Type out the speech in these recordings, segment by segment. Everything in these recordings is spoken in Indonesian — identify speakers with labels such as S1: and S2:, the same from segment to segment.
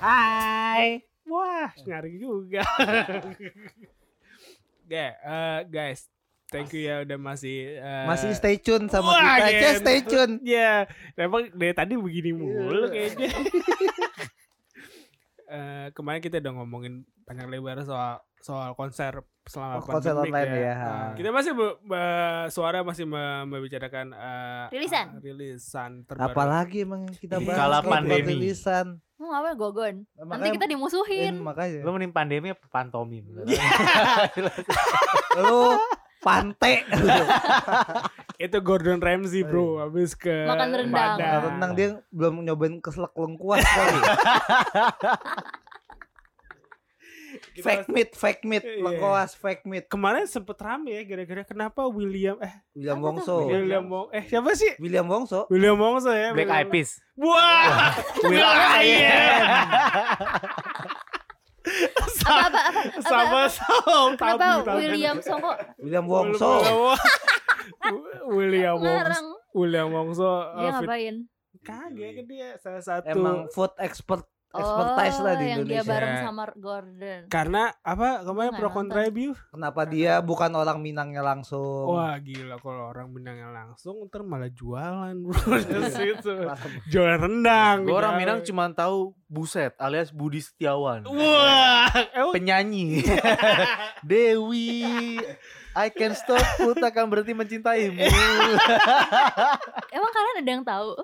S1: Hai. Wah, nyaring juga. Oke, eh, guys, thank you ya udah masih eh,
S2: Masih stay tune sama
S1: Wah,
S2: kita aja
S1: gitu.
S2: stay tune.
S1: Ya, memang dari tadi begini mulu kayaknya. Eh, kemarin kita udah ngomongin panjang lebar soal soal konser selama
S2: Oh, konser
S1: pandemik
S2: online ya.
S1: Nah, kita masih be- be- suara masih me- membicarakan eh,
S3: Rilisan.
S1: ah, rilisan terbaru.
S2: Apalagi emang yang kita
S4: Di
S2: bahas
S4: kala
S2: kalau bukan
S4: pandemi.
S2: tulisan.
S3: Mau ngapain Hmm, gogon? Nanti
S2: Makanya-
S3: kita
S2: Eh,
S3: dimusuhin.
S2: makanya.
S4: Lu mending pandemi apa pantomim?
S2: Iya, Lu pante.
S1: Itu Gordon Ramsay,
S2: Oh,
S1: Bro,
S2: iya.
S1: habis ke
S3: Makan rendang.
S1: Padang.
S2: Nah, Renang dia belum nyobain keselak lengkuas kali.
S1: Kita
S2: fake meat, fake meat,
S1: Iya.
S2: lengkuas, fake meat.
S1: Kemarin sempet rame ya gara-gara kenapa William eh
S2: William
S3: Apa
S2: Wongso.
S4: Oh,
S3: tuh?
S1: William Wong eh siapa sih?
S2: William Wongso.
S1: William Wongso ya.
S4: iya. Black
S1: William-
S4: Eyed Peas.
S1: Wah. iya.
S4: Will I am.
S3: Apa apa apa? apa,
S1: sama sama
S3: Kenapa William Songko
S2: William
S1: Wongso
S2: Wongso.
S1: William Wongso
S3: ngarang?
S1: William Wongso uh,
S3: Dia
S1: Iya, fit-
S3: ngapain?
S1: kaget kan dia salah satu
S2: Emang food expert
S3: Oh,
S2: expertise lah di
S3: yang
S2: Indonesia.
S3: dia bareng sama Gordon.
S1: karena apa kemarin
S3: Nggak
S1: pro
S3: nonton.
S1: kontra review
S2: Kenapa dia bukan orang Minangnya
S4: Oh.
S2: langsung?
S1: wah gila kalau orang Minangnya langsung ntar malah jualan bro Gitu.
S2: Langsung.
S1: jualan rendang
S4: Gue orang Minang
S1: jualan-
S4: cuma tahu Buset alias Budi Setiawan.
S2: Uh.
S1: wah emang
S4: Penyanyi. Dewi. I can stop put akan berhenti mencintaimu.
S3: Emang kalian ada yang tahu?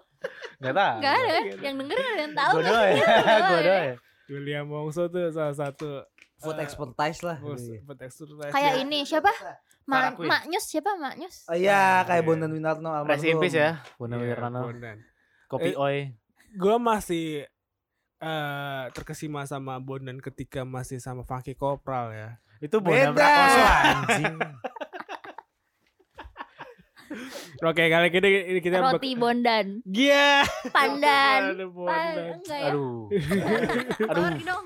S4: Gak tau.
S3: Gak ada kan? Yang denger ada yang tahu?
S4: Gue
S3: kan?
S4: doang ya. Gue doang
S2: eh.
S4: ya.
S1: William Wongso tuh salah satu
S2: Food expertise lah. Iya.
S1: bos- buat eksternal.
S3: Kayak ini siapa? Ma
S4: Farah Queen.
S3: Maknyus siapa Maknyus?
S2: Oh iya, kayak
S1: Iya.
S2: Bondan Winarno almarhum.
S4: Rest in peace ya.
S1: Iya,
S4: Bunda Wirnano.
S1: Bondan. Eh,
S4: Kopi Oi.
S1: gue masih eh terkesima sama Bondan ketika masih sama Funky Kopral ya.
S4: Itu
S2: Beda. Iya.
S4: Bunda Oh, Prakoso anjing.
S1: Oke kali kita ini kita bak-
S3: Roti kan. Bondan,
S1: Iya.
S3: Pandan.
S1: Aduh,
S3: Pa-
S1: Bondan.
S3: enggak ya?
S4: Aduh.
S3: Aduh. dong.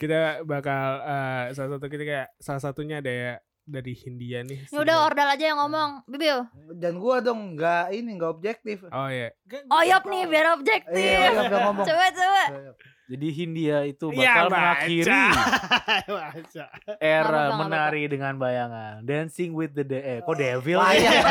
S1: Kita bakal eh salah satu kita kayak salah satunya ada ya dari Hindia nih.
S3: Ya udah ordal aja yang ngomong. Bibiu.
S2: Dan gua dong nggak ini nggak objektif.
S1: Oh iya.
S3: Oyop nih biar
S2: Iya,
S3: objektif.
S2: Oyop yang ngomong.
S3: Coba coba.
S4: Jadi Hindia
S2: Iya,
S4: itu
S1: Ya,
S4: bakal
S1: baca.
S4: mengakhiri
S1: Baca.
S3: Nggak
S4: era
S3: apa-apa,
S4: menari dengan bayangan. Dancing with the de eh, kok devil ya?
S2: Wayang,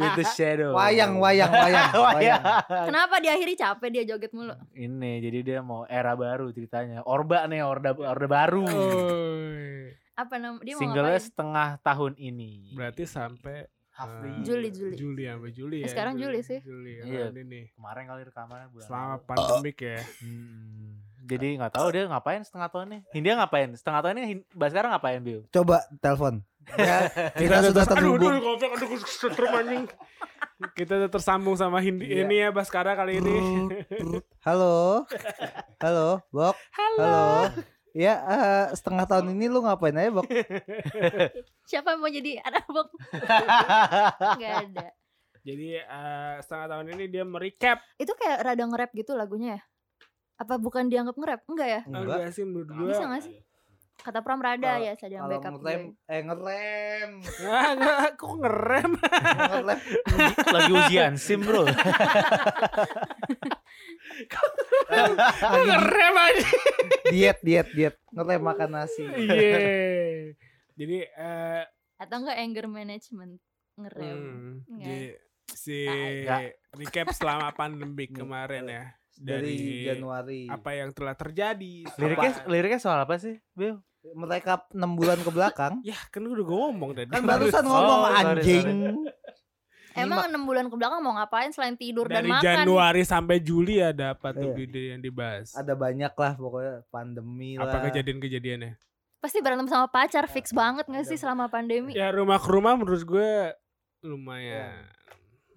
S4: with the shadow.
S2: wayang, wayang, wayang. wayang.
S3: Kenapa di akhirnya capek dia joget mulu?
S4: Ini jadi dia mau era baru ceritanya. Orba nih, orda orda baru.
S1: Oi.
S3: Apa nama dia mau
S4: Singlenya
S3: ngapain?
S4: setengah tahun ini.
S1: Berarti sampai eh,
S4: Hafli.
S3: Juli, Juli.
S1: Juli sampai Juli
S3: Eh,
S1: ya.
S3: sekarang Juli sih.
S1: Juli.
S4: Iya.
S1: Ini nih.
S4: Kemarin kali rekamannya bulan.
S1: Selama
S4: lalu.
S1: pandemik ya.
S4: Hmm. Jadi nggak tahu dia ngapain setengah tahunnya. Hindia ngapain? Setengah tahunnya Hin- Bah sekarang ngapain, Bill?
S2: Coba telepon. Ya, kita sudah terhubung.
S1: Aduh, aduh, aduh, setrum anjing. Kita udah tersambung sama Hindi
S2: Iya.
S1: ini ya Baskara kali ini.
S2: Halo, halo, Bok. Halo. Ya, eh, setengah tahun ini lu ngapain aja, Bok?
S3: Siapa yang mau jadi anak bok? Enggak ada.
S1: Jadi eh, setengah tahun ini dia merecap.
S3: Itu kayak rada nge-rap gitu lagunya ya? Apa bukan dianggap nge-rap? Enggak ya?
S2: Enggak.
S1: sih menurut gue.
S3: Bisa gak sih? Kata Pram rada
S2: Kalau-
S3: ya saya yang
S2: Kalau
S3: backup
S2: ngerem,
S3: gue.
S2: eh ngerem,
S1: Nggak, nggak, kok ngerem?
S2: ngerem.
S4: Lagi ujian SIM, Bro.
S1: ngerem aja.
S2: diet, diet, diet. Ngerem makan nasi.
S1: Iya. Jadi eh
S3: Atau enggak anger management nge-rap?
S1: hmm,
S3: Nggak.
S1: di, si
S4: Nggak.
S1: recap selama pandemik kemarin ya
S2: Dari
S1: dari,
S2: Januari.
S1: apa yang telah terjadi.
S4: Liriknya
S1: Apa-
S4: liriknya soal apa sih, Bill?
S2: Mereka 6 bulan ke belakang.
S1: ya kan udah gue ngomong tadi.
S2: Kan barusan ngomong
S4: Oh, sorry,
S2: anjing.
S3: Emang enam bulan ke belakang mau ngapain selain tidur dan
S1: dari
S3: makan?
S1: Januari sampai Juli ada apa tuh
S2: Iya.
S1: video yang dibahas?
S2: Ada banyak lah pokoknya pandemi lah.
S1: Apa kejadian-kejadiannya?
S3: Pasti berantem sama pacar fix banget gak sih selama pandemi?
S1: Ya rumah ke rumah menurut gue lumayan.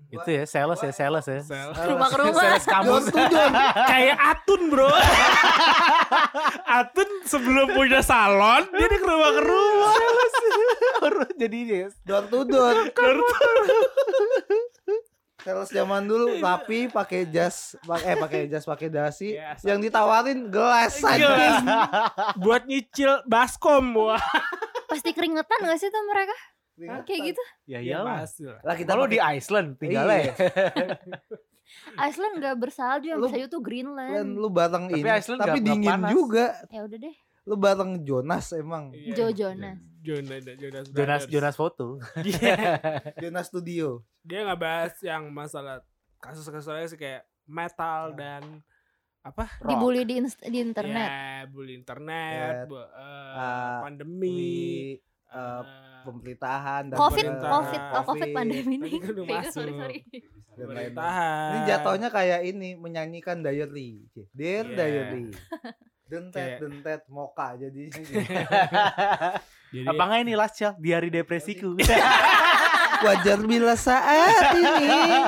S4: Itu ya, sales ya, sales ya.
S1: Sel.
S3: Rumah ke rumah.
S4: Sales kamu.
S2: Don to don.
S1: Kayak Atun bro. Atun sebelum punya salon dia di ke rumah ke rumah.
S4: Jadi dia
S2: Don to don. Sales zaman dulu rapi pakai jas pak- eh pakai jas pakai dasi
S4: Iya.
S1: Yes.
S2: yang ditawarin gelas
S1: Gelas.
S2: anjing.
S1: Buat nyicil baskom wah.
S3: Pasti keringetan gak sih tuh mereka?
S2: Iya,
S3: Kayak gitu.
S1: Ya
S4: Ya iyalah.
S1: pasti lah.
S2: Lah kita
S4: Kalau di
S2: pakai
S4: Iceland tinggalnya. ya.
S3: Iceland nggak bersalju yang
S2: Lu-
S3: bersalju tuh
S2: Iceland,
S3: Greenland.
S2: lu bareng
S4: Tapi
S2: ini,
S4: Iceland
S2: tapi
S4: nggak- nggak
S2: dingin
S4: panas.
S2: juga.
S3: Ya udah deh. nah.
S2: Lu bareng Jonas emang.
S1: Iya.
S3: Joe Jonas.
S1: Jonas Jonas
S4: Jonas
S1: Brothers.
S4: Jonas foto.
S1: Dia-
S2: Jonas Studio.
S1: dia nggak bahas yang masalah kasus-kasusnya sih kayak metal dan apa
S3: Dibully di, inst- di internet.
S1: ya, bully internet, bu- eh,
S2: Ah, Di,
S1: pandemi,
S2: eh,
S1: eh,
S2: pemerintahan dan
S3: Covid,
S1: Pemerintah.
S3: Covid, oh, Covid pandemi
S1: Tadi
S3: ini.
S1: kan udah
S3: Sorry,
S1: masuk.
S3: sorry, sorry.
S2: dan lain-lain.
S1: pemerintahan.
S4: Eh.
S2: Ini jatuhnya kayak ini menyanyikan diary. Cie, Dear
S1: Iya.
S2: diary. Dentet
S1: Kayak-
S2: dentet moka gitu. jadi
S1: Jadi,
S4: Apa nggak ini last ya? Di hari depresiku.
S2: wajar bila saat ini.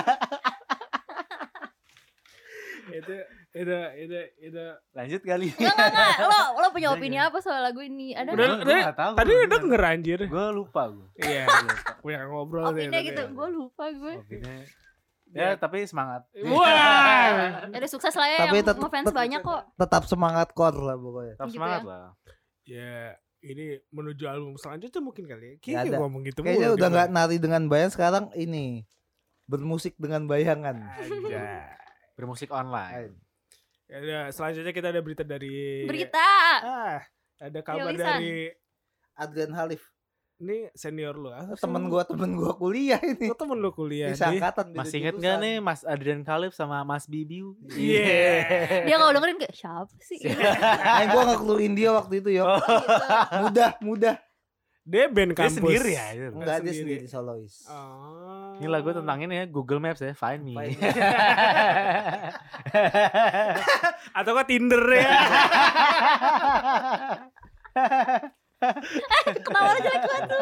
S1: itu itu itu itu
S4: Lanjut kali.
S3: Enggak, enggak, enggak. Lo, lo punya
S4: Enggak,
S3: opini
S4: enggak.
S3: apa soal lagu ini? Ada
S1: Udah,
S3: nggak?
S1: udah. tadi udah
S4: Kan nggak?
S1: denger anjir.
S4: Gue lupa gue.
S1: Iya, punya ngobrol deh
S3: opini
S1: tadi.
S3: gitu. Gue lupa gue.
S4: Ya tapi semangat.
S1: Wah.
S3: Ada sukses lah ya
S2: Tapi
S3: yang
S2: tetep-
S3: ngefans
S2: tetep-
S3: banyak kok.
S2: Tetap semangat core lah pokoknya.
S4: Tetap
S3: Gitu
S4: semangat
S3: ya.
S4: lah.
S1: Ya, ini menuju album selanjutnya mungkin kali ya.
S2: Ya
S1: Kayaknya
S2: ada.
S1: gue ngomong gitu
S2: Kayaknya
S1: mulu,
S2: udah
S1: gitu.
S2: nggak nari dengan bayang sekarang ini bermusik dengan bayangan.
S1: Anjay.
S4: Bermusik online.
S1: Ya, udah, selanjutnya kita ada berita dari
S3: Berita.
S1: Ah, ada kabar
S3: Lisan.
S1: dari
S2: Adrian Halif,
S1: ini senior lu. Ah,
S2: temen gua temen gua kuliah ini.
S1: Oh, temen lu kuliah.
S2: Ini
S1: Di.
S2: seangkatan beda
S4: Iya, Masih inget
S2: jurusan.
S4: nggak nih Mas Adrian Khalif sama Mas Bibiu?
S1: Iya.
S3: Dia kalau dengerin kayak siapa sih?
S2: Nah, gua ngekluin dia waktu itu yo.
S4: Oh.
S2: Mudah, mudah.
S1: Dia band
S4: Dia
S1: kampus.
S4: sendiri ya. itu.
S2: Enggak dia
S1: sendiri.
S2: sendiri solois.
S1: Oh.
S4: Ini lagu tentang ini ya Google Maps ya, Find Me.
S2: Find
S1: atau kan Tinder ya.
S3: Ketawa jelek banget.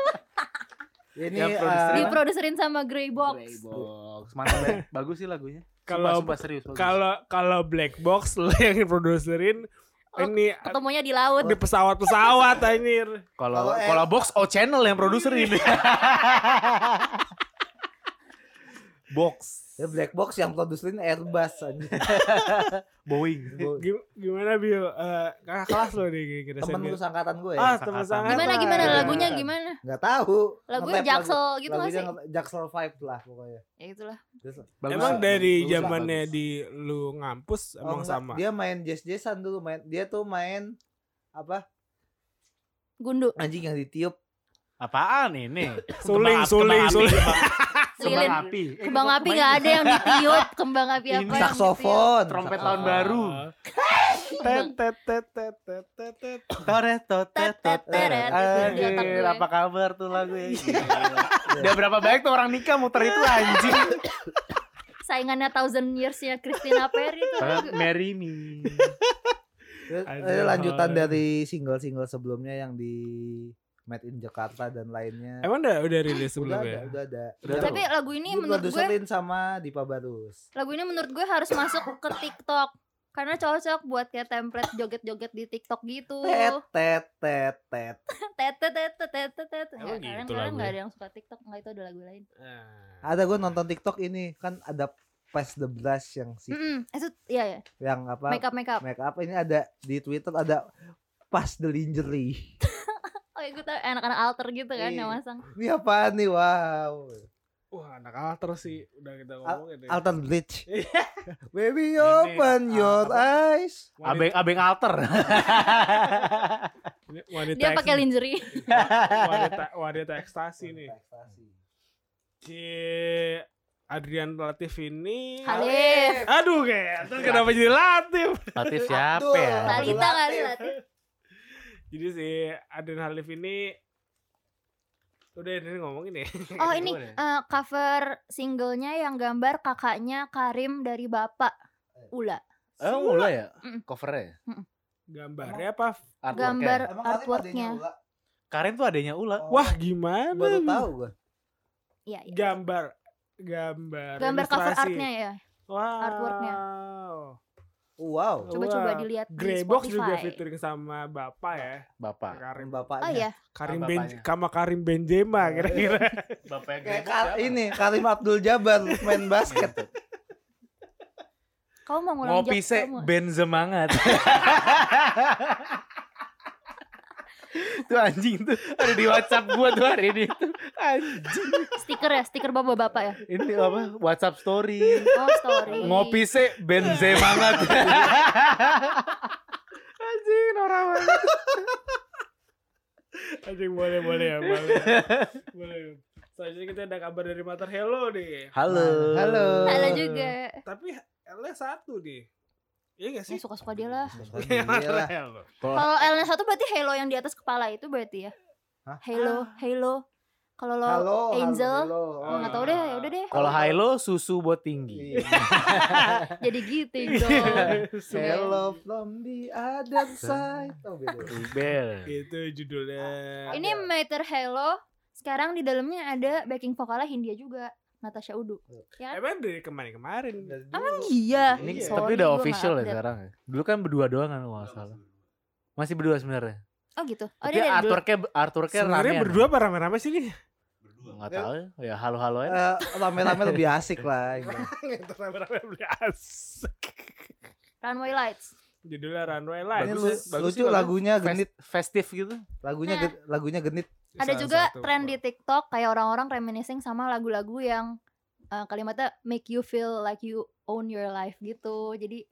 S2: Ini
S4: Yang
S2: eh,
S4: produsernya apa?
S3: Diproduserin sama Grey
S4: Grey
S3: Box.
S4: Box. Mantap ya. Bagus sih lagunya. Sumpah,
S1: Kalau-
S4: sumpah, serius. bagus.
S1: Kalau kalau Black Box lu yang produserin
S3: Oh,
S1: ini
S3: Ketemunya di laut.
S1: di pesawat-pesawat anjir.
S4: Kalau
S2: Kalau-
S4: eh. kalau box O channel yang produser ini. box
S2: ya black box yang produserin Airbus aja.
S4: Boeing.
S1: Gim- Gimana Bio? Eh, kakak kelas lo nih kira-kira.
S2: temen
S1: senior.
S2: lu seangkatan gue
S1: Ah,
S2: ya.
S1: temen
S4: Angkatan.
S1: sangat.
S3: Gimana
S1: lah.
S3: gimana
S2: Iya.
S3: lagunya gimana?
S2: Nggak tahu.
S3: Lagunya
S2: Nge-rap lagu-
S3: Jaksel gitu gak
S2: lagunya
S3: sih?
S2: nge- Jaksel vibe lah pokoknya.
S3: Ya itulah.
S2: Terus-
S4: Bagus.
S1: Emang
S2: lah,
S1: dari
S4: bagus lah,
S1: zamannya
S4: bagus.
S1: di lu ngampus
S2: Oh,
S1: emang
S2: enggak,
S1: sama.
S2: Dia main jazz-jazzan dulu main. Dia tuh main apa?
S3: Gundu,
S2: Anjing yang ditiup.
S4: apaan ini?
S1: Suling, suling, suling.
S3: Lilin.
S4: Kembang api. Eh,
S3: kembang
S4: kembang-
S3: api nggak ada yang ditiup, kembang api apa?
S4: Ini
S3: yang
S2: Saksofon.
S4: Trompet
S2: Saksofon.
S4: tahun baru.
S1: Tet tet tet tet tet tet tet.
S4: Tore tote
S3: Tet, tet, teret, itu di otak
S4: Anjir,
S3: gue.
S4: Iya, apa kabar tuh lagu ya? Udah berapa banyak tuh orang nikah muter itu anjing.
S3: ditiup? Saingannya Thousand Years-nya Christina Perry itu.
S4: Marry me.
S2: Terus,
S1: Ada
S2: eh, lanjutan
S1: hal-
S2: dari single-single sebelumnya yang di Made in Jakarta dan lainnya.
S1: Emang udah udah rilis
S2: udah ada,
S1: sebelumnya.
S2: udah ada.
S4: Udah
S3: Tapi lagu ini menurut gue,
S2: diproduserin sama Dipa Barus.
S3: lagu ini menurut gue harus masuk ke TikTok. Karena cocok buat kayak template joget-joget di TikTok gitu.
S2: Tet tet tet tet.
S3: Tet tet tet tet tet tet, tet.
S1: Emang gitu
S3: Ya, kadang-kadang nggak
S1: lagunya?
S3: ada yang suka TikTok, nggak itu ada lagu lain.
S1: Ah.
S2: Ada gue nonton TikTok ini kan ada Pass the Brush yang si
S3: Mm-mm, itu iya ya,
S2: yang apa
S3: make up make up.
S2: make up ini ada di Twitter ada Pass the Lingerie.
S3: Oh iya gue tau anak-anak alter gitu kan
S2: Iya.
S3: yang masang.
S2: Ini apa nih? Wow.
S1: Wah, anak alter sih udah kita ngomongin. ya.
S2: Alter Bridge.
S1: Iya.
S2: Baby
S1: Ini,
S2: open
S1: ah,
S2: your
S1: apa?
S2: eyes.
S4: Abeng abeng alter.
S1: Ini wanita
S3: Dia pakai lingerie.
S1: wanita wanita ekstasi nih. Si Adrian Latif ini
S3: Halif.
S1: Aduh kayak terus kenapa jadi Latif?
S4: Latif siapa ya?
S3: Talita kali
S2: Latif.
S3: Latif.
S1: Jadi si Adrian Halif ini udah ini ngomongin ya.
S3: Oh ini
S4: Gimana?
S3: eh, cover singlenya yang gambar kakaknya Karim dari bapak Ula.
S4: Eh,
S2: Oh,
S4: mulai ya?
S3: Mm.
S4: Covernya?
S1: Gambarnya apa?
S4: Artworknya?
S3: Gambar
S2: Emang Alif adanya
S3: artworknya.
S2: Ula?
S4: Karin tuh adanya Ula.
S2: Oh,
S1: Wah, gimana?
S2: baru tahu gue.
S3: Iya. iya.
S1: Gambar gambar
S3: Gambar cover
S1: ilustrasi.
S3: artnya ya.
S1: Wow.
S3: artworknya.
S2: Wow.
S3: Coba-coba
S1: Wah.
S3: dilihat di
S1: Grey Box juga
S3: Spotify.
S1: featuring sama Bapak ya.
S4: Bapak.
S1: Karim
S3: Oh
S2: Bapaknya.
S3: iya,
S1: Karim
S4: Sama
S1: Ben
S4: bapaknya. Iya.
S1: sama Karim Benzema kira-kira.
S4: Bapak
S2: Kayak Kar- ini Karim Abdul Jabbar main basket.
S3: kamu mau ngulang
S4: Ngopi
S3: jokes
S4: se
S3: kamu?
S4: ben semangat. Tuh anjing tuh ada di WhatsApp gua tuh hari ini tuh. Anjing.
S3: Stiker ya, stiker bapak-bapak ya.
S4: Ini apa? WhatsApp story. Iya.
S3: Oh, story.
S4: Ngopi sih Benzema banget. anjing orang-orang.
S1: Anjing boleh boleh ya, boleh. boleh. Selanjutnya kita ada kabar dari Mater Hello nih.
S4: Halo.
S2: Halo.
S3: Salah juga.
S1: Tapi L-nya satu nih. Iya gak
S3: Ya,
S1: sih?
S3: suka-suka dia lah.
S1: Iya
S2: Iyalah.
S1: Hello.
S2: Kalau
S3: Kalau L-nya satu berarti halo yang di atas kepala itu berarti ya.
S2: Hah?
S1: Ah.
S3: Halo, halo. Kalau lo
S2: halo,
S3: Angel.
S2: Halo,
S3: Oh, nggak tahu deh, ya udah deh.
S4: Kalau Hilo susu buat tinggi.
S2: Iya.
S3: Jadi gitu dong.
S2: Hello from the other side. Oh, beda.
S4: Bel.
S1: Itu judulnya.
S3: Oh, Ini meter hello. Sekarang di dalamnya ada backing vokalnya Hindia juga. Natasha Udu. Ya kan?
S1: Emang dari kemarin-kemarin.
S3: Emang iya.
S4: Ini
S2: Iya.
S3: Sorry,
S4: tapi udah
S3: gua nggak
S4: official ya
S3: update.
S4: sekarang. ya. Dulu kan berdua doang kan kalau nggak salah. Masih berdua sebenarnya.
S3: Oh gitu. Oh,
S4: Tapi
S3: dia dari dulu.
S4: artworknya artworknya
S1: Sebenarnya
S4: ramean.
S1: berdua apa rame-rame sih nih?
S4: Nggak tahu ya. Ya halo-halo aja.
S2: Eh, Rame-rame lebih asik lah. gitu.
S1: Itu rame-rame beli asik.
S3: Runway Lights.
S1: Judulnya Runway
S2: Ini
S1: Lights.
S2: lu- lucu lagunya genit,
S4: Fest- festif gitu.
S2: lagunya
S3: Nah.
S2: gen- lagunya genit.
S3: Ada juga tren di TikTok kayak orang-orang reminiscing sama lagu-lagu yang eh, kalimatnya make you feel like you own your life gitu. Jadi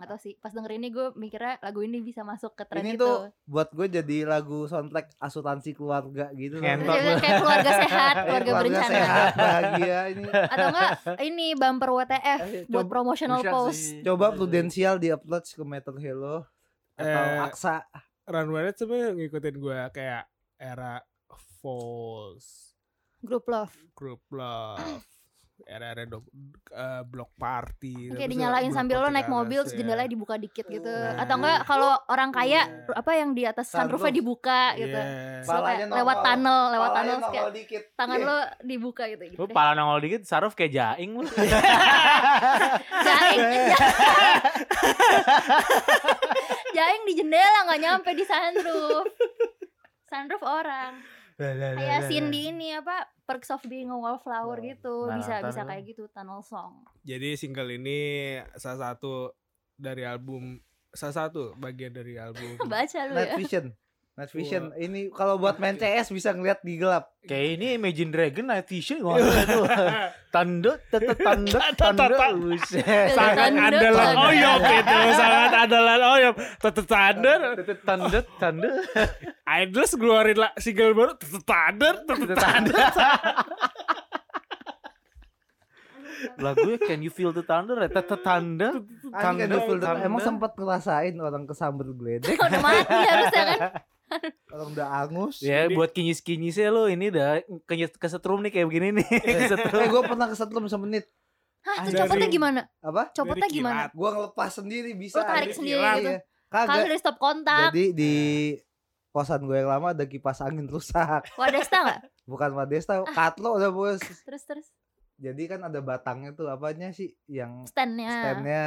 S3: nggak tau sih. Pas denger ini gue mikirnya lagu ini bisa masuk ke tren gitu.
S2: Ini
S3: itu.
S2: tuh buat gue jadi lagu soundtrack asuransi keluarga gitu. loh.
S4: Ngentot
S3: Jadi kayak keluarga sehat,
S2: Iya,
S3: keluarga berencana.
S2: sehat, bahagia ini.
S3: Atau enggak ini bumper WTF
S2: Ayo,
S3: buat
S2: coba-
S3: promotional
S4: Bisa
S3: post.
S4: sih.
S2: Coba prudensial di upload ke Metal Hello atau
S1: Eh,
S2: Aksa.
S1: Runway Lights sebenernya ngikutin gue kayak era Falls,
S3: Group love.
S1: Group Love, era-era do- eh, block party. ya.
S3: Kayak dinyalain sambil lo naik mobil
S2: ya.
S3: terus jendelanya
S1: di
S3: dibuka dikit gitu.
S1: Nah.
S3: Atau enggak kalau orang kaya
S1: Iya.
S3: apa yang di atas
S2: iya. Sunroof. Iya.
S3: sunroofnya dibuka gitu. Terus lo
S2: Palanya
S3: kayak lewat
S2: nongol.
S3: tunnel, lewat tunnel terus kayak
S2: Oh, dikit. Iya.
S3: tangan lo dibuka gitu. gitu
S4: Lu
S3: deh.
S4: pala nongol dikit, Saruf kayak jaing lu.
S3: Jaing, jaing di jendela nggak nyampe di sunroof. Sunroof orang.
S4: Iya,
S3: Kayak scene di ini apa Perks of Being a
S2: Wah,
S3: Wallflower gitu.
S4: nah,
S3: Bisa
S4: nonton
S3: bisa
S4: lu.
S3: kayak gitu tunnel song.
S1: Jadi single ini salah satu dari album salah satu bagian dari album.
S3: Baca lu
S2: Night
S3: ya.
S2: Vision. Night Vision. Ini kalau buat main CS bisa ngeliat di gelap.
S4: Kayak ini Imagine Dragon Night Vision gua nggak tahu. Tanda tanda tanda tanda. buset.
S1: sangat
S3: Tanda,
S1: andalan
S3: tanda.
S1: Oyop itu sangat andalan Oyop. Tetet Thunder,
S4: Tanda, Tanda tanda.
S1: Idols keluarin la- single baru Tetet Thunder, Tetet Thunder.
S4: Lagunya ya, Can You Feel the Thunder? ya? Tanda tanda.
S2: Anjing
S4: Tanda,
S2: ada filter.
S4: tanda.
S2: Emang sempat ngerasain orang kesambet geledek,
S3: Udah mati harusnya kan.
S2: orang udah angus.
S4: Ya
S1: Jadi-
S4: buat kinyis-kinyisnya lu ini dah kenyis kesetrum nih kayak begini nih.
S2: Eh
S4: Kesetrum.
S2: gue pernah kesetrum semenit
S3: Hah, terus
S1: Dari-
S3: copotnya gimana?
S2: apa?
S3: Copotnya
S1: Dari
S3: gimana?
S1: kilat.
S2: Gue ngelepas sendiri bisa.
S3: Lo tarik
S2: Iya.
S3: sendiri gitu? Kagak
S2: Kagak.
S3: dari stop kontak.
S2: Jadi di kosan gue yang lama ada kipas angin rusak.
S3: Wadesta nggak?
S2: Bukan
S3: Ah.
S2: Madesta, katlo udah bos.
S3: Terus terus
S2: Jadi kan ada batangnya tuh apanya sih yang
S3: standnya.
S2: standnya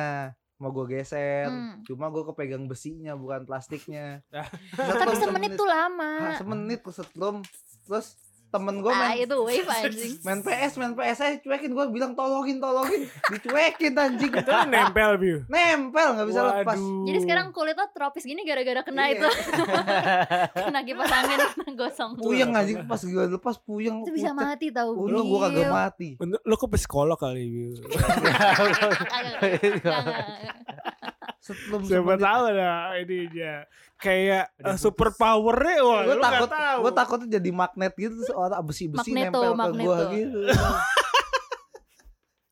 S2: mau gue geser.
S3: Ya. Hmm.
S2: Cuma gue kepegang besinya bukan plastiknya.
S1: Ah.
S3: Tapi
S2: Kesetrum
S3: semenit tuh
S2: Hah,
S3: lama.
S2: semenit kesetrum. Terus temen gue
S3: Ah,
S2: main
S3: itu wave anjing.
S2: main PS, main PS saya cuekin gue bilang tolongin, tolongin, dicuekin anjing.
S1: Itu kan nempel view.
S2: Nempel nggak bisa lepas.
S3: Jadi sekarang kulit lo tropis gini gara-gara kena
S2: Iya.
S3: itu. kena kipas angin gosong.
S2: Puyeng anjing pas gue lepas puyeng.
S3: Itu bisa
S2: pucet.
S3: mati tau.
S2: Untung gue kagak
S3: Gil.
S2: mati.
S1: Untuk lo ke psikolog kali view.
S3: Kagak, kagak, kagak.
S2: Setelum
S1: Siapa tahu ada ini dia kayak eh,
S4: Ada
S1: super powernya wah
S2: Gue
S1: lu nggak
S2: takut,
S1: tahu.
S2: gue takutnya jadi magnet gitu terus orang besi-besi nempel
S3: Magneto,
S2: ke
S3: magneto.
S2: gue gitu.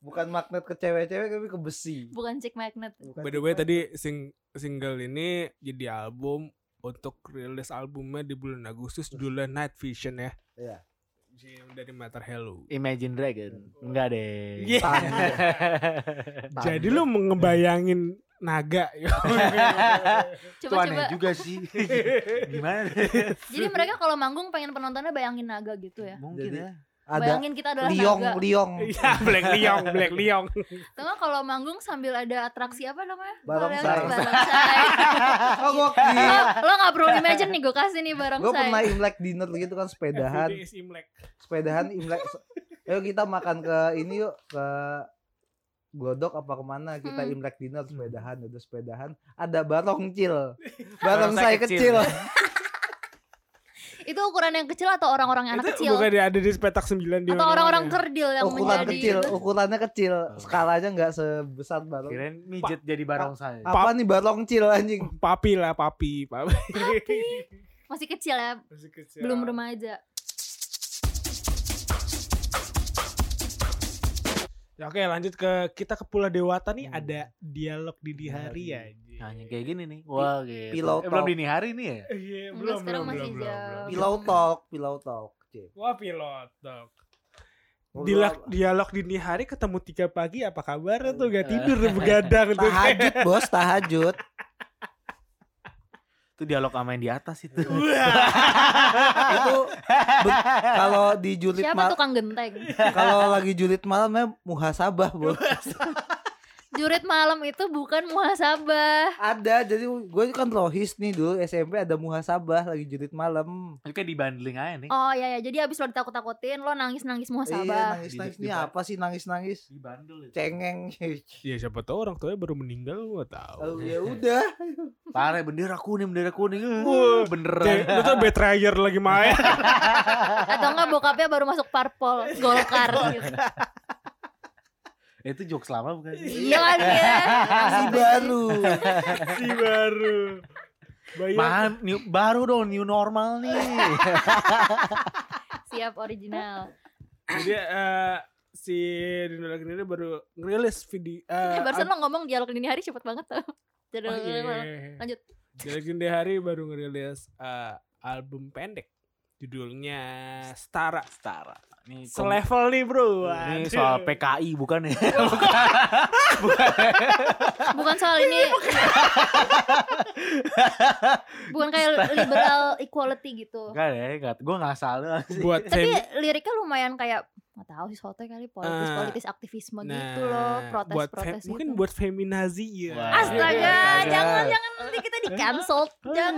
S2: Bukan magnet ke cewek-cewek tapi ke besi.
S3: Bukan chick magnet.
S2: Bukan
S1: By the way
S2: tipe-
S1: tadi sing- single ini jadi album untuk rilis albumnya di bulan Agustus judulnya Night Vision ya.
S2: Iya.
S1: Jadi Dari Mater Hello.
S4: Imagine Dragon. Enggak deh.
S1: Iya. Jadi lu ngebayangin naga ya.
S3: Coba coba.
S4: juga sih. Gimana?
S3: Jadi mereka kalau manggung pengen penontonnya bayangin naga gitu ya.
S4: Mungkin
S2: Jadi-
S4: ya.
S2: ada
S3: Bayangin kita adalah
S2: liong,
S3: naga.
S2: liong.
S1: Iya, Black Lion, Black Lion.
S3: Tengah kalau manggung sambil ada atraksi apa namanya?
S2: Barongsai.
S3: Barongsai.
S2: Oh, gua
S3: lo,
S2: kira-
S3: lo gak perlu imagine nih gue kasih nih barang
S2: Gue pernah
S3: saya
S2: imlek dinner gitu kan sepedahan,
S1: Everyday is Imlek.
S2: sepedahan imlek. Ayo kita makan ke ini yuk ke Glodok apa kemana kita
S3: Hmm.
S2: imlek dinner sepedahan udah sepedahan ada barongcil barong saya kecil
S4: kecil.
S3: itu ukuran yang kecil atau orang-orang yang
S1: itu
S3: anak kecil
S1: bukan ya? dia ada di petak 9 di
S3: atau orang-orang
S1: mana-mana.
S3: kerdil yang
S2: ukuran
S3: menjadi
S2: kecil,
S3: itu.
S2: ukurannya kecil, skalanya nggak sebesar balong.
S4: Kirain mijet jadi barong saya.
S2: Apa nih balong kecil anjing?
S1: papi lah papi papi
S3: masih kecil ya
S1: Masih kecil.
S3: belum remaja
S1: Ya, oke lanjut ke kita ke Pulau Dewata nih
S4: Hmm.
S1: ada dialog dini hari ya
S4: Hanya Nah, kayak gini nih. Wah, gitu.
S2: Pillow
S4: Eh, belum
S2: talk.
S4: dini hari nih ya?
S1: Iya,
S3: Enggak,
S1: belum
S3: sekarang
S1: belum
S3: masih
S1: belum belum.
S3: jauh.
S1: belum.
S2: Pillow talk, pillow talk. Cip.
S1: Wah, pilot dok.
S2: Ngobrol
S1: Dialog,
S2: apa?
S1: dialog dini hari ketemu tiga pagi apa kabar tuh gak tidur tuh, begadang tuh.
S2: Tahajud bos, tahajud.
S4: Itu dialog sama yang di atas itu.
S2: Itu be- kalau di julid
S3: siapa
S2: mal-
S3: tukang genteng
S2: kalau lagi julid malam namanya muhasabah bos.
S3: jurit malam itu bukan muhasabah
S2: ada jadi gue kan rohis nih dulu SMP ada muhasabah lagi julid malam.
S4: Itu kayak dibandling aja nih.
S3: oh ya ya jadi abis lo ditakut-takutin lo nangis-nangis muhasabah
S2: nangis nangis ini Iya, apa sih nangis nangis?
S4: Dibandel itu.
S2: Cengeng.
S1: Ya siapa tahu orang tuanya baru meninggal gua tahu.
S2: Oh, ya udah.
S4: Parah bendera kuning, bendera kuning. Eh,
S1: Wah,
S4: Beneran.
S1: Lu tuh betrayer lagi main. Iya.
S3: atau enggak bokapnya baru masuk parpol golkar gitu
S4: Eh, Itu jokes lama bukan sih?
S3: iya kan ya
S2: Si baru.
S1: si baru.
S4: Iya.
S1: Bayar.
S4: Mahal, new- baru dong new normal nih.
S3: siap original
S1: Jadi eh, si Dino lagi ini baru ngerilis video. eh,
S3: eh, barusan lo ngomong dialog dini hari cepet banget tuh jadi
S1: Oh, iya.
S3: Lanjut.
S1: Dari Green Day Hari baru ngerilis eh, album pendek. Judulnya Setara.
S4: Setara. Nih, kom-
S1: Selevel nih bro.
S4: Ini
S1: Aduh.
S4: soal PKI bukan ya?
S3: bukan soal ini bukan kayak liberal equality gitu
S4: Enggak ya, enggak. Gue nggak salah.
S1: Buat
S3: tapi gitu
S1: fem-
S3: liriknya lumayan kayak nggak tahu sih soalnya kali politis politis aktivisme gitu loh
S1: Eh, nah,
S3: protes
S1: buat fem-
S3: protes
S1: mungkin
S3: gitu. Iya,
S1: buat feminazi ya.
S4: Wah.
S3: astaga
S2: Astaga.
S3: jangan jangan nanti kita di cancel jangan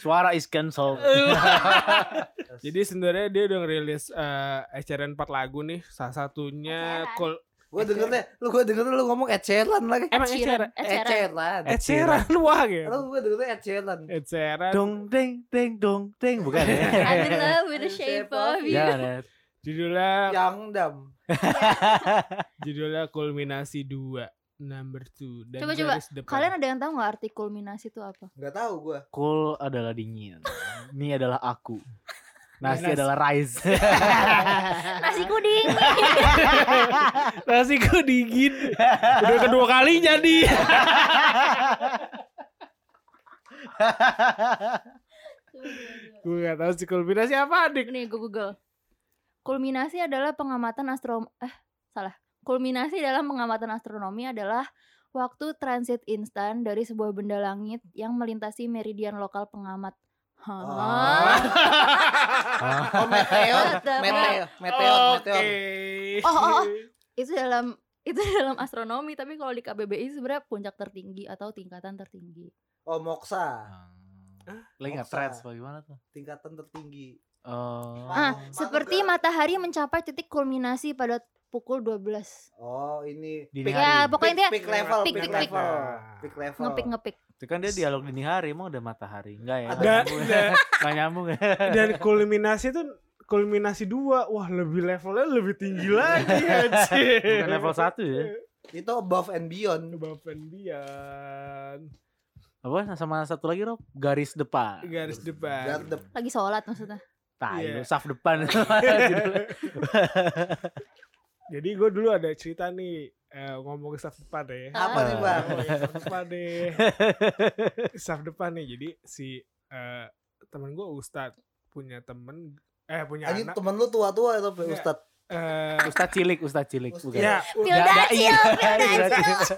S4: Suara is cancel.
S1: Jadi sebenarnya dia udah ngerilis eh, eceran 4 lagu nih. Salah satunya
S3: Eceran.
S1: Col-
S2: Gue dengernya, lu gue dengernya lu ngomong Ed Sheeran lagi.
S1: Emang
S3: Ed
S1: eceran?
S3: Sheeran, Ed Sheeran.
S2: Eceran.
S1: Ed Sheeran wah gitu.
S2: Lu gue dengernya Ed Sheeran.
S1: Eceran.
S4: dong deng deng dong deng bukan ya?
S1: Iya.
S3: I'm in love with the shape of you
S4: Jangan ya.
S1: Judulnya
S2: Yang dam.
S1: judulnya kulminasi 2 number 2 dan
S3: Coba, coba.
S1: garis depan.
S3: kalian ada yang tahu nggak arti kulminasi itu apa
S2: Gak tau gue.
S4: Cool adalah dingin. Ini adalah aku. Nasi
S1: Nasi.
S4: adalah rice.
S3: Eh, nasi kuning
S1: nasi kok dingin udah kedua kali jadi gue gak tahu sih kulminasi apa adik
S3: nih gue google kulminasi adalah pengamatan astro eh salah kulminasi dalam pengamatan astronomi adalah waktu transit instan dari sebuah benda langit yang melintasi meridian lokal pengamat Hah?
S2: Oh, meteor,
S3: Tetep.
S2: meteor, meteor, meteor.
S3: Oh, oh, oh. itu dalam itu dalam astronomi tapi kalau di KBBI sebenarnya puncak tertinggi atau tingkatan tertinggi
S2: Oh, moksa,
S4: Lagi
S2: Moksa.
S4: nggak trends bagaimana tuh?
S2: tingkatan tertinggi.
S4: Oh,
S3: ah
S2: Manuka.
S3: seperti matahari mencapai titik kulminasi pada pukul 12
S2: Oh, ini
S4: dini
S3: Ya,
S4: hari.
S3: pokok- Pokoknya dia-
S2: peak level,
S3: Peak,
S2: peak
S3: peak, peak.
S2: level, peak level.
S3: ngepik ngepik
S4: Itu kan dia dialog dini hari emang udah matahari. Enggak ya.
S2: Ada.
S1: dan,
S4: nggak nyambung ya.
S1: dan,
S4: Nggak nyambung ya.
S1: Nah, dan kulminasi tuh kulminasi 2 wah lebih levelnya lebih tinggi lagi anjir.
S4: Bukan level 1 ya.
S2: Itu above and beyond.
S1: Bapak Bian
S4: Apa sama satu lagi Rob garis depan.
S1: garis
S2: Guard
S1: depan
S2: the
S3: lagi sholat maksudnya
S4: Tai
S1: Iya.
S4: lu, saf depan. Judulnya.
S1: jadi gue dulu ada cerita nih eh, ngomong ke staff depan ya
S3: Ah.
S2: apa nih, Bang?
S1: Oh, iya, staff depan nih staff depan nih jadi si eh, temen gue Ustad punya temen eh punya
S2: Anjing
S1: anak
S2: temen lu tua-tua itu Pak
S1: Iya.
S2: Ustad.
S1: eh,
S4: Ustaz cilik, Ustaz cilik
S2: Ustaz.
S4: bukan.
S1: ya u-
S3: Pilda
S4: Dai.
S3: Acil, Pilda
S4: Dai.
S3: Acil.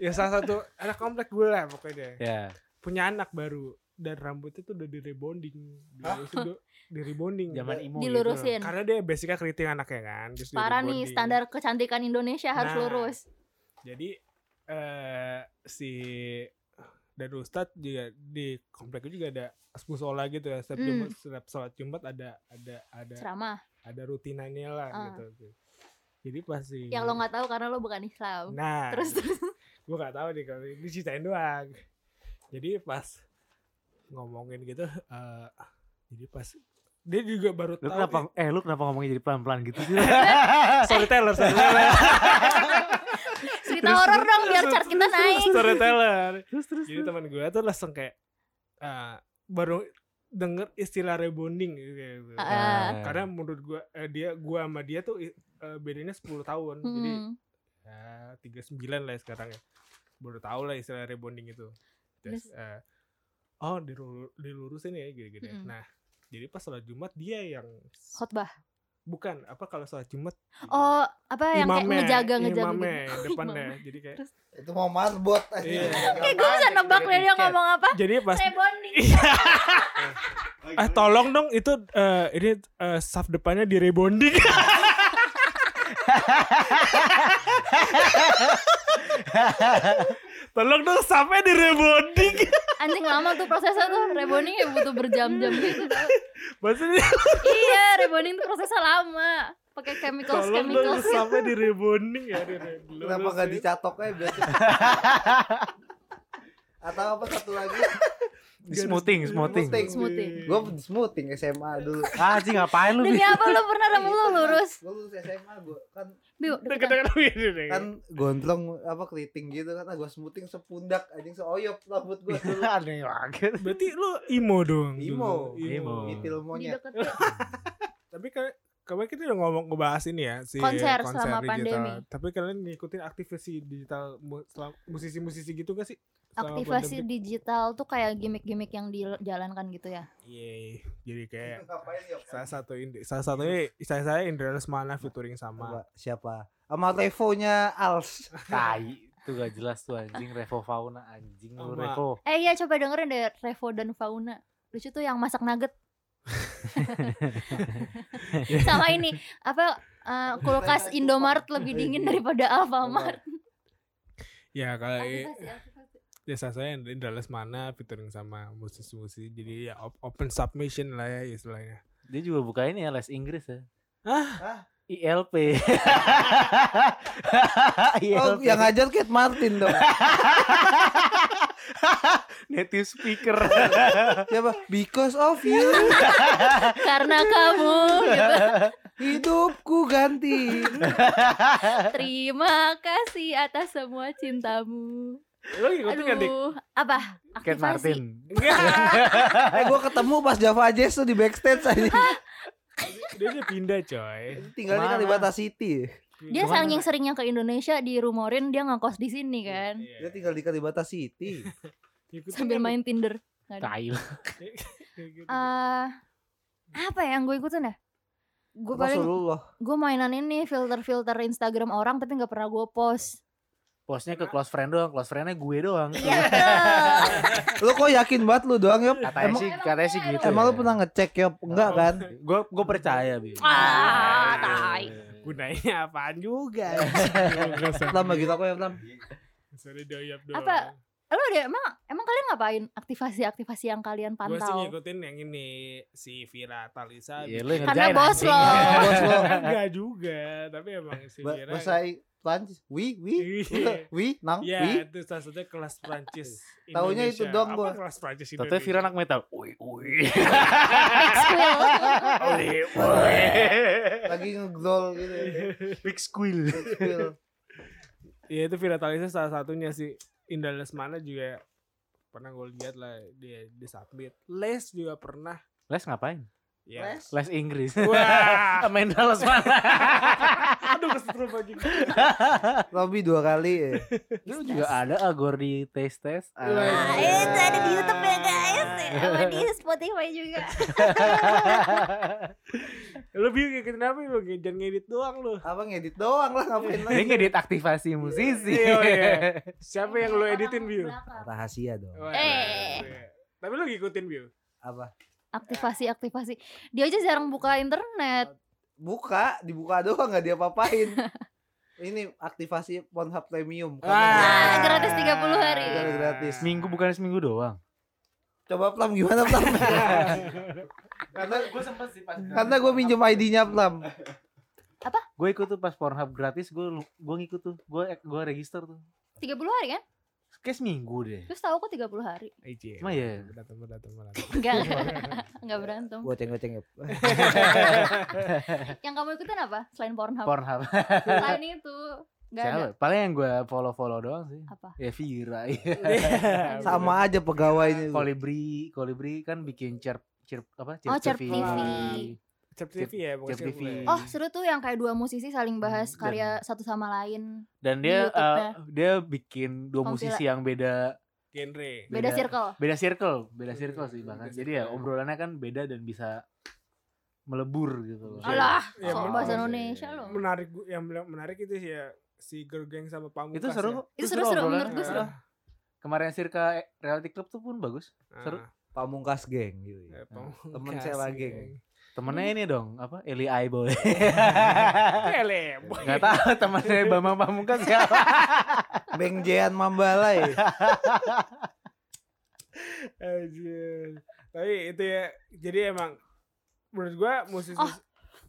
S1: ya salah satu anak komplek gue lah pokoknya
S4: Ya.
S1: punya anak baru dan rambutnya tuh udah di rebonding di rebonding
S4: Zaman imo
S3: Dilurus.
S4: gitu.
S3: Terusin.
S1: karena dia basicnya keriting anaknya kan terus di
S3: Parah nih
S1: rebonding.
S3: standar kecantikan Indonesia harus
S1: Nah.
S3: lurus.
S1: jadi eh si dan Ustadz juga di komplek gue juga ada musola gitu ya setiap
S3: Hmm.
S1: Jumat setiap sholat Jumat ada ada ada
S3: Ceramah.
S1: ada rutinannya lah
S3: Ah.
S1: gitu jadi pasti
S3: Yang lo nggak tahu karena lo bukan Islam.
S1: nah
S3: Terus terus
S1: gue gak tahu nih kalau ini ceritain doang jadi pas ngomongin gitu eh Jadi pas dia juga baru
S4: Lu
S1: tahu
S4: kenapa eh lu kenapa ngomongnya jadi pelan-pelan gitu sih?
S1: storyteller, storyteller,
S3: Cerita
S1: Terus-
S3: horor dong biar
S1: terus-
S3: chart kita naik.
S1: storyteller.
S4: terus terus.
S1: Jadi teman gue tuh langsung kayak eh, baru denger istilah rebonding gitu.
S3: Heeh.
S1: Karena menurut gue eh, dia gua sama dia tuh eh, bedanya 10 tahun. Jadi
S3: Hmm.
S1: ya 39 lah ya sekarang ya baru tau lah istilah rebonding itu terus eh, oh dilur- dilurusin ya gini-gini
S3: Mm-mm.
S1: nah jadi pas sholat jumat dia yang
S3: Khotbah.
S1: bukan apa kalau sholat jumat
S3: Oh, apa yang kayak
S1: imamnya,
S3: ngejaga ngejaga
S1: imamnya
S3: gitu. Oh,
S1: depannya
S3: imamnya.
S1: jadi kayak
S3: Terus-
S2: Itu mau marbot aja.
S1: Iya.
S3: Kayak gue bisa nebak deh dia ngomong apa.
S1: jadi pas
S3: Rebonding.
S1: eh tolong dong itu eh, ini eh, staff depannya di rebonding tolong dong staffnya di rebonding
S3: Anjing lama tuh prosesnya tuh rebonding ya butuh berjam-jam gitu. tau.
S1: maksudnya
S3: iya, rebonding tuh prosesnya lama. Pakai chemicals
S1: Tolong dong
S3: chemicals.
S1: sampai di rebonding ya di re-
S2: Kenapa
S1: lurus
S2: gak
S1: ya.
S2: dicatoknya biar Atau apa satu lagi?
S4: Di smoothing, smoothing.
S2: Smoothing.
S3: Smoothing.
S1: Iya,
S2: Gue smoothing SMA dulu.
S4: Ah, sih ngapain lu?
S3: Demi
S4: Bi?
S3: apa lu pernah rambut lu lurus?
S2: Gue lulus SMA gue kan
S3: Biu, deketan.
S1: Dekat-dekat gitu deh.
S2: kan gondrong apa keriting gitu kan gue smoothing sepundak anjing seoyop rambut gue dulu
S1: Iya.
S4: Aneh banget.
S1: berarti lu imo dong.
S2: Imo.
S1: dulu. Imo.
S4: Imo.
S2: mitil
S3: Di
S2: monyet
S3: deketin.
S1: Tapi kan kemarin kita udah ngomong ngebahas ini ya si
S3: Konser selama pandemi.
S1: Tapi kalian ngikutin aktivasi digital mu- selama- musisi-musisi gitu gak sih? Selama
S3: Aktivasi
S1: pandemi?
S3: digital tuh kayak gimmick-gimmick yang dijalankan gitu ya.
S1: Iya. Jadi kayak
S2: ngapain yop
S1: salah satu ini salah satunya saya saya Indra Lesmana featuring sama
S2: Coba, siapa sama Revo-nya Als
S4: Tai. Itu gak jelas tuh anjing Revo Fauna anjing lu
S1: Sama-
S4: Revo.
S3: Eh iya coba dengerin deh Revo dan Fauna. Lucu tuh yang masak nugget. Sama ini apa eh, kulkas Indomaret lebih dingin daripada Alfamart.
S1: ya kalau
S3: Aktivasi, aktivasi.
S1: ya saya saya Indra Lesmana featuring sama musisi-musisi jadi ya op- open submission lah ya istilahnya.
S4: Dia juga buka ini ya les Inggris ya.
S2: Hah?
S4: ILP.
S2: oh
S4: ILP.
S2: yang ngajar Kate Martin dong
S4: native speaker.
S2: siapa because of you
S3: Karena kamu gitu.
S2: hidupku ganti
S3: Terima kasih atas semua cintamu.
S1: Lo ngikutin gak Dik?
S3: Aduh, apa?
S4: Cat
S3: Aktivasi.
S4: Martin.
S2: eh gue ketemu pas Java Jazz tuh di backstage aja
S1: Dia udah pindah coy
S2: tinggalnya
S4: Mana?
S2: Kalibata City
S3: Dia
S4: Cuman-
S3: saking seringnya ke Indonesia dirumorin dia ngekos di sini kan.
S1: Iya.
S2: dia tinggal di Kalibata City
S1: Ngikutin gitu?
S3: Sambil
S1: gak,
S3: main Tinder.
S4: Tai lu.
S1: Dik? Ngikutin.
S3: eh apa ya yang gue ikutin ya? Gue paling
S2: Rasulullah
S3: gue mainan ini filter-filter Instagram orang tapi nggak pernah gue post.
S4: Posnya ke close friend doang, close friendnya gue doang.
S3: Iya
S2: lu
S3: betul.
S2: kok yakin banget lu doang yop
S4: Katanya
S2: Emang-
S4: sih, katanya sih gitu.
S2: Emang lu
S4: ya.
S2: pernah ngecek yop? Enggak kan?
S4: Gue gue percaya bi.
S3: Ah, tai.
S1: Iya. Gunanya apaan juga
S2: Tam bagi aku ya Tam.
S1: Iya, Sorry doyap doang
S3: Apa? Lu ada emang emang kalian ngapain aktivasi-aktivasi yang kalian
S1: Gue sih
S3: pantau?
S1: ngikutin yang ini Si Vira Talisa gitu. Iya.
S4: Iya, lu yang
S3: Karena
S4: ngerjain,
S3: bos
S4: anjing.
S3: lo.
S2: Bos lo.
S1: Enggak juga Tapi emang si
S2: Ba-
S1: Vira
S2: Bahasa I- Prancis. Wi wi
S1: Iya.
S2: wi nang
S1: Iya
S2: wi.
S1: itu salah satunya kelas Prancis
S2: Taunya itu
S1: Indonesia.
S2: doang
S1: Apa
S2: gua.
S1: kelas Prancis
S4: Tante Vira
S1: Indonesia?
S4: anak metal. Ui ui.
S3: Ekskul.
S4: Ui ui.
S2: Lagi ngegdol gitu.
S4: Big squeal.
S2: Ngegdol.
S1: Iya itu Vira Talisa salah satunya sih Indah Lesmana juga pernah gue lihat lah dia di submit Les juga pernah
S4: Les ngapain?
S1: ya
S2: Les?
S4: Les Inggris.
S1: Wah.
S4: Main Dallas mana?
S1: aduh kesetrum aja
S2: Lobby dua kali. ya.
S4: Lu juga ada agor di tes tes. Ah.
S3: Nah, itu ada di YouTube ya guys, sama di Spotify juga.
S1: lu bingung kenapa lu jangan ngedit doang lu
S2: Apa ngedit doang lah ngapain
S4: Ini
S2: lagi?
S4: ngedit aktivasi musisi.
S1: Iya, iya. siapa yang lu editin Biu?
S2: Rahasia dong.
S1: Wah,
S3: Eh.
S1: tapi lu ngikutin Biu
S2: Apa?
S3: Aktivasi aktivasi. Dia aja jarang buka internet.
S2: Buka, dibuka doang nggak diapa-apain. Ini aktivasi Pornhub Premium.
S4: Ah,
S3: Wah,
S1: Ah,
S2: Kamu-
S3: Ah, gratis 30 hari.
S4: Iya,
S2: Gratis.
S4: Seminggu bukan seminggu doang.
S2: Coba Plam gimana Plam? karena
S4: Gue sempet sih pas.
S2: karena gue minjem ID-nya Plam.
S4: Gue ikut tuh pas Pornhub gratis. Gue gue ngikut tuh. Gue gue register tuh.
S3: 30 hari kan?
S4: Kayak seminggu deh.
S3: Terus tahu kok 30 hari.
S1: IC.
S4: Emang ya?
S1: Berantem berantem berantem.
S3: Enggak. Enggak berantem.
S2: Goceng goceng.
S3: Yang kamu ikutin apa? Selain Pornhub.
S4: Pornhub.
S3: Selain itu. Enggak ada.
S4: Siapa? Paling yang gue follow-follow doang sih.
S3: Apa?
S4: Ya Vira. iya.
S2: Sama aja pegawainya.
S4: Gitu.
S2: itu.
S4: Kolibri, Kolibri kan bikin cer cer apa?
S3: Oh, Cerp TV.
S1: Cep TV ya bukan
S4: Cep TV.
S1: Circle.
S3: Oh seru tuh yang kayak dua musisi saling bahas
S4: Hmm, dan-
S3: karya satu sama lain
S4: Dan
S3: Di
S4: dia
S3: YouTube-nya.
S4: eh, dia bikin dua
S3: Kompila-
S4: musisi yang beda
S1: genre.
S3: beda, circle
S4: Beda circle, beda
S1: Beda-
S4: circle sih
S1: beda
S4: bahkan.
S1: circle.
S4: Jadi ya obrolannya kan beda dan bisa melebur gitu loh.
S1: Iya.
S3: Alah
S1: Ya,
S3: so,
S1: bener.
S3: bahasa Indonesia loh
S1: Menarik gua- yang bilang menarik itu sih ya si girl gang sama pamungkas.
S4: Itu seru
S1: ya.
S4: kok.
S3: Itu seru-seru,
S4: obrolannya.
S3: menurut gue seru.
S4: Ah. Kemarin Sirka eh, Reality Club tuh pun bagus.
S1: Ah,
S4: Seru. Ah,
S2: Pamungkas geng gitu. ya.
S1: ya, Pamungkas,
S2: Temen saya lagi.
S1: geng.
S3: Hmm.
S4: Temennya ini dong, apa? Eli Aiboy.
S1: Ele, boy.
S4: Gak tahu temennya Bambang Pamungkas siapa.
S2: Beng Jean Mambalay.
S1: Anjir. Tapi itu ya jadi emang menurut gua musisi
S3: Oh.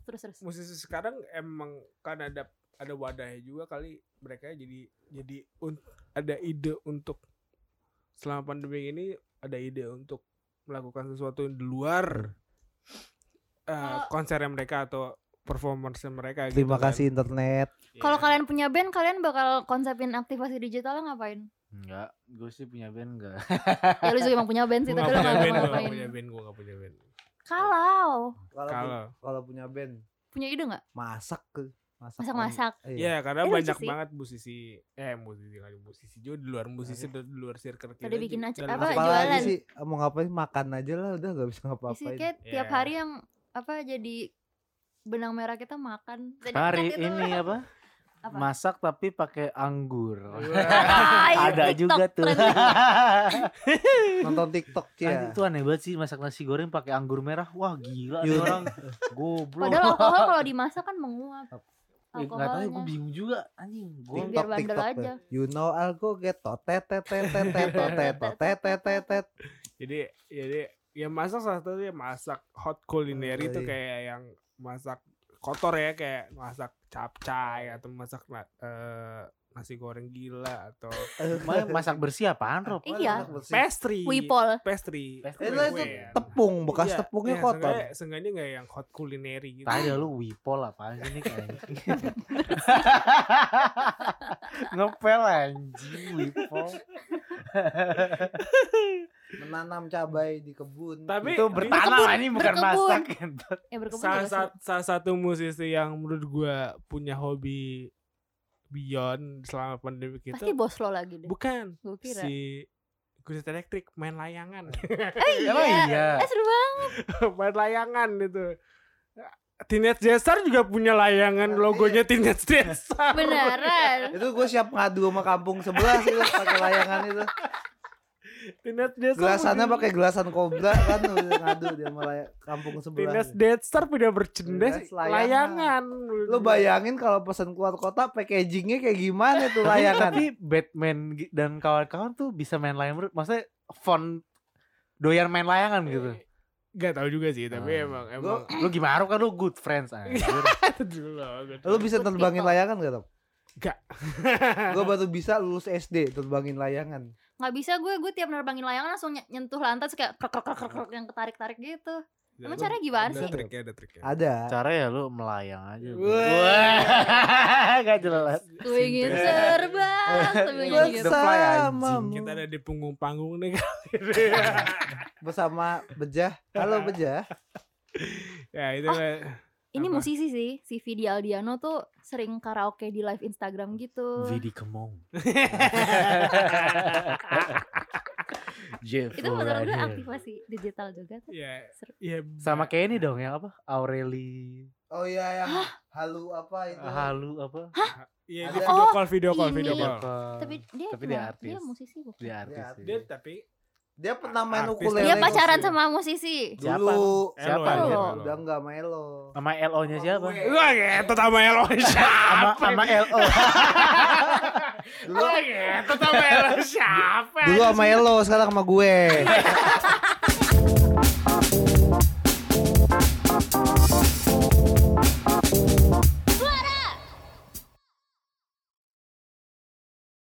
S3: terus terus
S1: musisi sekarang emang kan ada ada wadahnya juga kali mereka jadi jadi un- ada ide untuk selama pandemi ini ada ide untuk melakukan sesuatu yang di luar eh,
S3: Kalau-
S1: konsernya mereka atau performance mereka gitu
S2: Terima
S1: kan.
S2: kasih internet.
S1: Iya.
S3: kalau kalian punya band kalian bakal konsepin aktivasi digitalnya ngapain
S4: Enggak, gue sih punya band enggak.
S3: ya lu juga emang punya band sih
S1: Gua
S3: tapi lu
S1: nggak
S3: nggak
S1: punya band, gua
S3: bakal
S1: nggak
S3: ngapain
S1: punya band, gua nggak punya band.
S3: kalau
S2: Kalau
S1: Kalau
S2: pu- kalau punya band
S3: punya ide nggak
S2: masak ke masak.
S3: masak-masak
S1: ya
S2: Iya.
S1: karena
S3: Eh, lucu
S1: banyak
S3: sih.
S1: banget musisi eh musisi lagi musisi juga di luar musisi dan di luar circle kita.
S3: Pada bikin
S1: juga-
S3: aja-
S1: dan-
S3: apa,
S2: Apalagi
S3: jualan?
S2: sih mau ngapain makan aja lah udah gak bisa
S3: isi
S2: ngapa-ngapain.
S3: kayak tiap
S1: Iya.
S3: hari yang apa jadi benang merah kita makan Jadi gitu.
S4: Hari
S3: ingat itu.
S4: ini apa?
S3: Apa?
S4: Masak tapi pakai anggur.
S3: Ah, iya,
S4: Ada
S3: TikTok
S4: juga tuh.
S3: trend.
S2: Nonton TikTok
S4: Anjing
S2: ya.
S4: tuh aneh banget sih masak nasi goreng pakai anggur merah. Wah, gila nih
S2: Yuk.
S4: orang. Goblok.
S3: padahal alkohol kalau dimasak kan menguap
S4: Enggak tahu gue
S3: alkoholnya
S4: bingung juga anjing. Gua
S3: Biar bandel
S2: tuh.
S3: aja.
S2: You know I'll go get totet tetet tetet totet totet tetet tetet.
S1: Jadi jadi ya masak salah satunya masak hot culinary
S2: Oh,
S1: itu
S2: iya.
S1: kayak yang masak kotor ya kayak masak capcay atau masak na- eh, nasi goreng gila atau
S2: Eh,
S4: Ma- masak bersih apaan, Rob?
S3: Iya.
S1: pastry.
S3: wipol
S1: Pastry.
S4: Pastry.
S2: Eh,
S1: Kue-
S2: lah itu
S1: kuean.
S2: tepung bekas
S1: Iya,
S2: tepungnya
S1: iya,
S2: kotor.
S1: seenggaknya- Seenggaknya nggak yang hot culinary gitu.
S4: Tanya lu wipol apaan sih nih kayaknya. Ngepel anjing wipol.
S2: Menanam cabai di kebun.
S1: Tapi
S4: Itu bertanam
S3: Berkebun,
S4: anjing bukan
S3: berkebun.
S4: masak.
S3: ya berkebun
S1: salah,
S3: juga sih.
S1: sa- salah satu musisi yang menurut gua punya hobi beyond selama pandemi gitu
S3: pasti bos lo lagi deh
S1: bukan
S3: gue kira
S1: si Gusit Elektrik main layangan
S4: Emang iya.
S3: eh seru banget
S1: main layangan itu Teenage Jester juga punya layangan
S3: Iya.
S1: logonya Teenage Jester
S3: beneran
S2: Itu gue siap ngadu sama kampung sebelah sih Los, pakai layangan itu.
S1: Teenage Jester
S2: Gelasannya
S1: punya-
S2: pakai gelasan kobra kan udah ngadu dia sama lay- kampung sebelah.
S1: Teenage Jester punya bercendes
S2: Bercendes
S1: layangan
S2: layangan. Lu bayangin kalau pesan keluar kota packagingnya kayak gimana tuh
S4: Tapi-
S2: layangan.
S4: Tapi Batman gi- dan kawan-kawan tuh bisa main layangan. Maksudnya font doyan main layangan gitu.
S1: Gak tau Iya. juga sih tapi
S4: Ah.
S1: emang emang
S4: Lu gimana Rob? kan lu good friends anjir.
S1: Itu dulu lah, gua
S2: Lu
S1: tahu.
S2: bisa terbangin layangan gak Tom?
S1: Gak.
S2: Gue baru bisa lulus SD terbangin layangan.
S3: nggak bisa gue gue tiap nerbangin layangan langsung ny- nyentuh lantai terus kayak krek krek krek krek, krek yang ketarik tarik gitu Emang caranya gimana
S1: Ada
S3: sih?
S1: triknya, ada triknya.
S2: Ada.
S4: Cara ya lu melayang aja.
S1: Weh.
S4: Wah, gak jelas.
S3: ku ingin
S1: Sinter.
S3: terbang ku ingin
S4: Bersama.
S3: gitu.
S2: Bersamamu.
S1: Kita ada di punggung panggung nih
S2: Bersama Bejah. Halo Bejah.
S1: ya itu
S3: Oh.
S1: lah.
S3: ini
S1: Apa?
S3: musisi sih si Vidi Aldiano tuh sering karaoke di live Instagram gitu
S4: Vidi Kemong. Jeff
S3: itu menurut gue
S4: O'Reilly.
S3: aktivasi digital juga tuh
S1: ya
S3: Seru.
S1: ya
S4: Sama kayak ini dong yang apa? Aureli
S2: Oh iya yang halu apa itu?
S4: Ah, Halu apa?
S1: ya,
S2: Ada.
S1: dia video
S3: Oh,
S1: call video call
S3: ini.
S1: video call
S3: tapi dia
S4: Tapi dia
S3: cuma-
S4: artis.
S3: dia musisi bukan
S4: Dia artis.
S2: Dia-
S4: sih.
S1: dia tapi
S2: Dia pernah main
S1: Artis.
S2: ukulele.
S3: dia
S1: Lele
S3: pacaran
S1: musisi.
S3: sama musisi
S4: Siapa?
S2: Dulu.
S4: Siapa?
S1: Elo,
S4: ya?
S3: Elo.
S1: Elo.
S2: Udah enggak melo.
S4: Sama LO-nya siapa?
S2: Sama gue.
S1: Wah, ngetot sama Elo
S4: Sama
S1: siapa?
S4: sama LO.
S1: Wah, ngetot sama Elo siapa?
S2: Dulu sama Elo, sekarang sama gue.